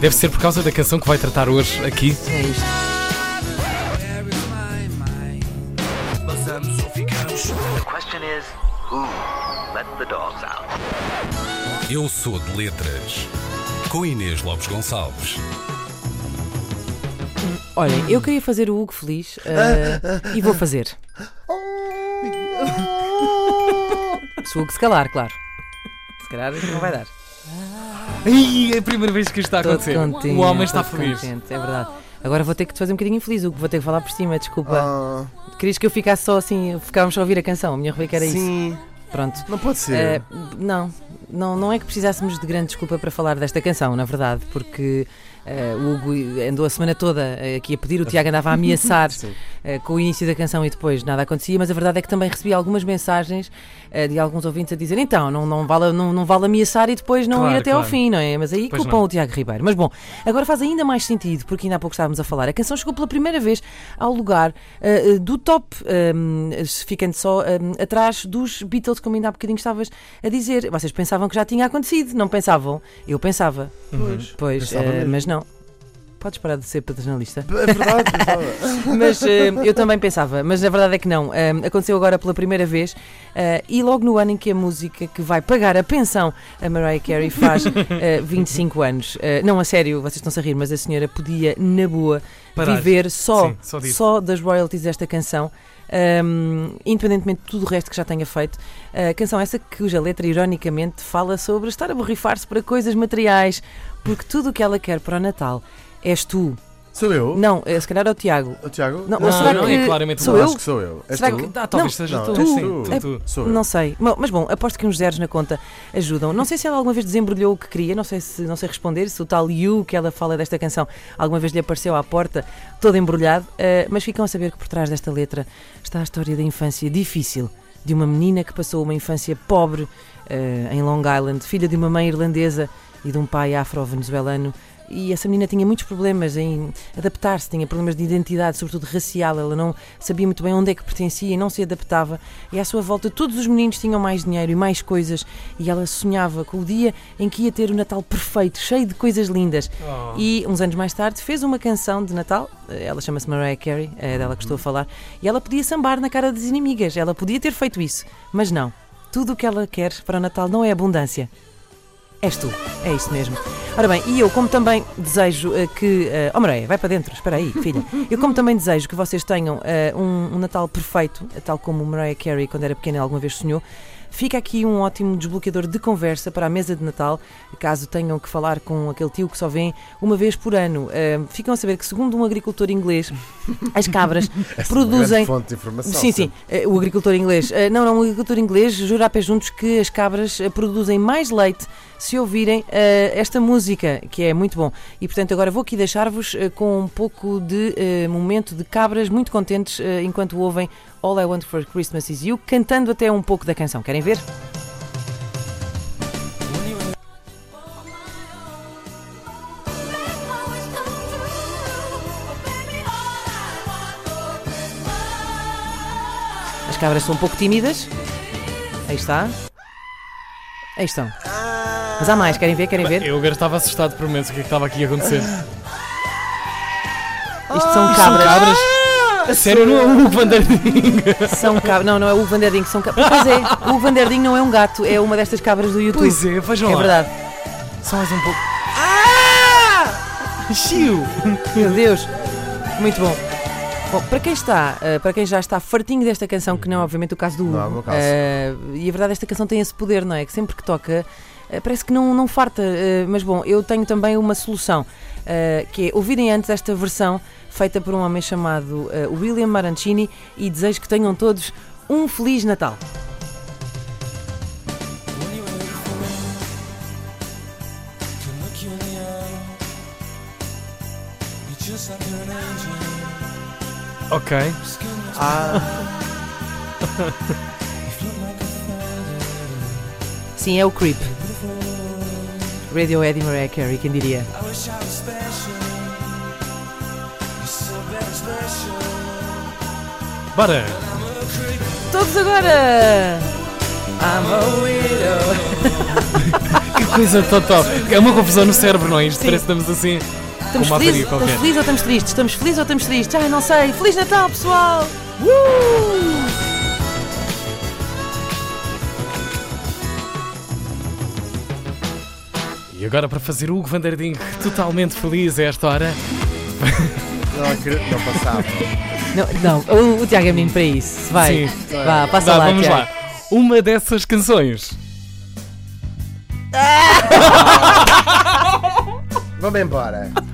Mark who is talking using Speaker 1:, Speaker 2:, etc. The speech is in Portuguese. Speaker 1: Deve ser por causa da canção que vai tratar hoje aqui.
Speaker 2: É isto.
Speaker 3: The question is, who let the dogs out?
Speaker 4: Eu sou de letras. Com Inês Lopes Gonçalves.
Speaker 2: Olhem, eu queria fazer o Hugo feliz ah, e vou fazer. Se o Hugo se calar, claro. Se calhar não vai dar.
Speaker 1: Ih, é a primeira vez que isto está a
Speaker 2: Todo
Speaker 1: acontecer.
Speaker 2: contente,
Speaker 1: o homem está
Speaker 2: todo
Speaker 1: feliz.
Speaker 2: contente, é verdade. Agora vou ter que te fazer um bocadinho infeliz, Hugo. Vou ter que falar por cima, desculpa.
Speaker 5: Ah,
Speaker 2: Querias que eu ficasse só assim, ficávamos só a ouvir a canção. A minha rubrica era isso.
Speaker 5: sim.
Speaker 2: Pronto.
Speaker 5: Não pode ser.
Speaker 2: Eh, não, não, não é que precisássemos de grande desculpa para falar desta canção, na verdade, porque eh, o Hugo andou a semana toda eh, aqui a pedir, o Tiago andava a ameaçar eh, com o início da canção e depois nada acontecia, mas a verdade é que também recebi algumas mensagens eh, de alguns ouvintes a dizer então, não, não, vale, não, não vale ameaçar e depois não
Speaker 1: Claro,
Speaker 2: ir até ao
Speaker 1: claro.
Speaker 2: fim, não é? Mas aí
Speaker 1: Pois
Speaker 2: culpam
Speaker 1: não.
Speaker 2: o Tiago Ribeiro. Mas bom, agora faz ainda mais sentido, porque ainda há pouco estávamos a falar, a canção chegou pela primeira vez ao lugar eh, eh, do top, eh, ficando só eh, atrás dos Beatles, como ainda há bocadinho estavas a dizer. Vocês pensavam que já tinha acontecido, não pensavam? Eu pensava,
Speaker 5: Pois.
Speaker 2: pois,
Speaker 5: Pensava
Speaker 2: eh,
Speaker 5: mesmo.
Speaker 2: mas não. Podes parar de ser paternalista.
Speaker 5: É verdade, pensava.
Speaker 2: Mas eh, eu também pensava, mas a verdade é que não. Eh, aconteceu agora pela primeira vez eh, e logo no ano em que a música que vai pagar a pensão a Mariah Carey faz eh, 25 anos. Eh, não, a sério, vocês estão-se a rir, mas a senhora podia, na boa,
Speaker 1: Parar.
Speaker 2: viver só,
Speaker 1: Sim, só disso.
Speaker 2: só das royalties desta canção. ehm, independentemente de tudo o resto que já tenha feito, a canção essa cuja letra ironicamente fala sobre estar a borrifar-se para coisas materiais, porque tudo o que ela quer para o Natal és tu.
Speaker 5: Sou eu?
Speaker 2: Não, eh, se calhar é o Tiago.
Speaker 5: O Tiago?
Speaker 2: Não,
Speaker 1: Oh. Não,
Speaker 2: ou será
Speaker 1: não,
Speaker 2: que
Speaker 1: é claramente
Speaker 2: sou
Speaker 1: um
Speaker 2: eu?
Speaker 5: Acho que sou eu. És
Speaker 2: Será
Speaker 5: tu?
Speaker 2: que-
Speaker 1: Ah, talvez
Speaker 2: Não,
Speaker 1: seja
Speaker 5: Não,
Speaker 1: tu.
Speaker 5: és
Speaker 1: sim,
Speaker 5: tu.
Speaker 1: tu,
Speaker 5: É-
Speaker 1: tu.
Speaker 5: Sou eu.
Speaker 2: Não sei, Ma- mas bom, aposto que uns zeros na conta ajudam. Não sei se ela alguma vez desembrulhou o que queria, não sei se não sei responder, se o tal You que ela fala desta canção alguma vez lhe apareceu à porta, todo embrulhado, eh, mas ficam a saber que por trás desta letra está a história da infância difícil de uma menina que passou uma infância pobre eh, em Long Island, filha de uma mãe irlandesa e de um pai afro-venezuelano. E essa menina tinha muitos problemas em adaptar-se, tinha problemas de identidade, sobretudo racial. Ela não sabia muito bem onde é que pertencia e não se adaptava. E à sua volta, todos os meninos tinham mais dinheiro e mais coisas. E ela sonhava com o dia em que ia ter o Natal perfeito, cheio de coisas lindas.
Speaker 1: Oh.
Speaker 2: E uns anos mais tarde fez uma canção de Natal, eh, ela chama-se Mariah Carey, é dela que estou a falar, e ela podia sambar na cara das inimigas, ela podia ter feito isso, mas não. Tudo o que ela quer para o Natal não é abundância. És tu, é isso mesmo. Ora bem, e eu como também desejo eh, que. eh, oh Mariah, vai para dentro, espera aí, filha. Eu como também desejo que vocês tenham eh, um, um Natal perfeito, eh, tal como Mariah Carey, quando era pequena, alguma vez sonhou. Fica aqui um ótimo desbloqueador de conversa para a mesa de Natal, caso tenham que falar com aquele tio que só vem uma vez por ano. Eh, ficam a saber que, segundo um agricultor inglês, as cabras
Speaker 5: Essa é uma grande
Speaker 2: produzem
Speaker 5: fonte de informação.
Speaker 2: Sim, sim. Eh, O agricultor inglês. Eh, Não, não, o agricultor inglês jura a pé juntos que as cabras eh, produzem mais leite se ouvirem eh, esta música, que é muito bom. E portanto, agora vou aqui deixar-vos eh, com um pouco de eh, momento de cabras muito contentes eh, enquanto ouvem All I Want for Christmas Is You, cantando até um pouco da canção. Querem ver? As cabras são um pouco tímidas. Aí está. Aí estão. Mas há mais, querem ver? Querem ver?
Speaker 1: Eu agora estava assustado por menos o que é que estava aqui a acontecer.
Speaker 2: Isto são
Speaker 1: Ah, Isto são
Speaker 2: cabras.
Speaker 1: cabras? A sério, não é o Hugo Van Der Ding.
Speaker 2: São cabras. Não, não é o Vanderding, são cabras. Pois é, o Vanderding não é um gato, é uma destas cabras do YouTube.
Speaker 1: Pois é, vejam
Speaker 2: É
Speaker 1: lá.
Speaker 2: verdade.
Speaker 1: Só mais um pouco. Ah! Chiu!
Speaker 5: é.
Speaker 2: Meu Deus, muito bom. Bom, para quem está, eh, para quem já está fartinho desta canção, que não é obviamente o caso do Hugo,
Speaker 5: Não é o meu caso.
Speaker 2: eh, e a verdade esta canção tem esse poder, não é? Que sempre que toca eh, parece que não, não farta, eh, mas bom, eu tenho também uma solução, eh, que é ouvirem antes esta versão feita por um homem chamado eh, William Marancini e desejo que tenham todos um Feliz Natal.
Speaker 1: Ok.
Speaker 2: Sim, é o Creep. Radio Eddie é, Mariah Carey, quem diria?
Speaker 1: Bora!
Speaker 2: Todos agora! I'm a widow.
Speaker 1: Que coisa total. É uma confusão no cérebro, não é? Isto
Speaker 2: Sim.
Speaker 1: parece que estamos assim.
Speaker 2: Estamos
Speaker 1: Como há farinha
Speaker 2: felizes,
Speaker 1: qualquer.
Speaker 2: estamos felizes ou estamos tristes? Estamos felizes ou estamos tristes? Ai, não sei. Feliz Natal, pessoal! Uh!
Speaker 1: E agora para fazer o Hugo Vanderding totalmente feliz a esta hora.
Speaker 5: Não, acredito, não passava.
Speaker 2: Não, não, o, o Tiago é menino para isso. Vai,
Speaker 1: Sim.
Speaker 2: vá, passa
Speaker 1: Vá,
Speaker 2: lá,
Speaker 1: vamos
Speaker 2: Tiago.
Speaker 1: lá. Uma dessas canções.
Speaker 5: Vamos embora.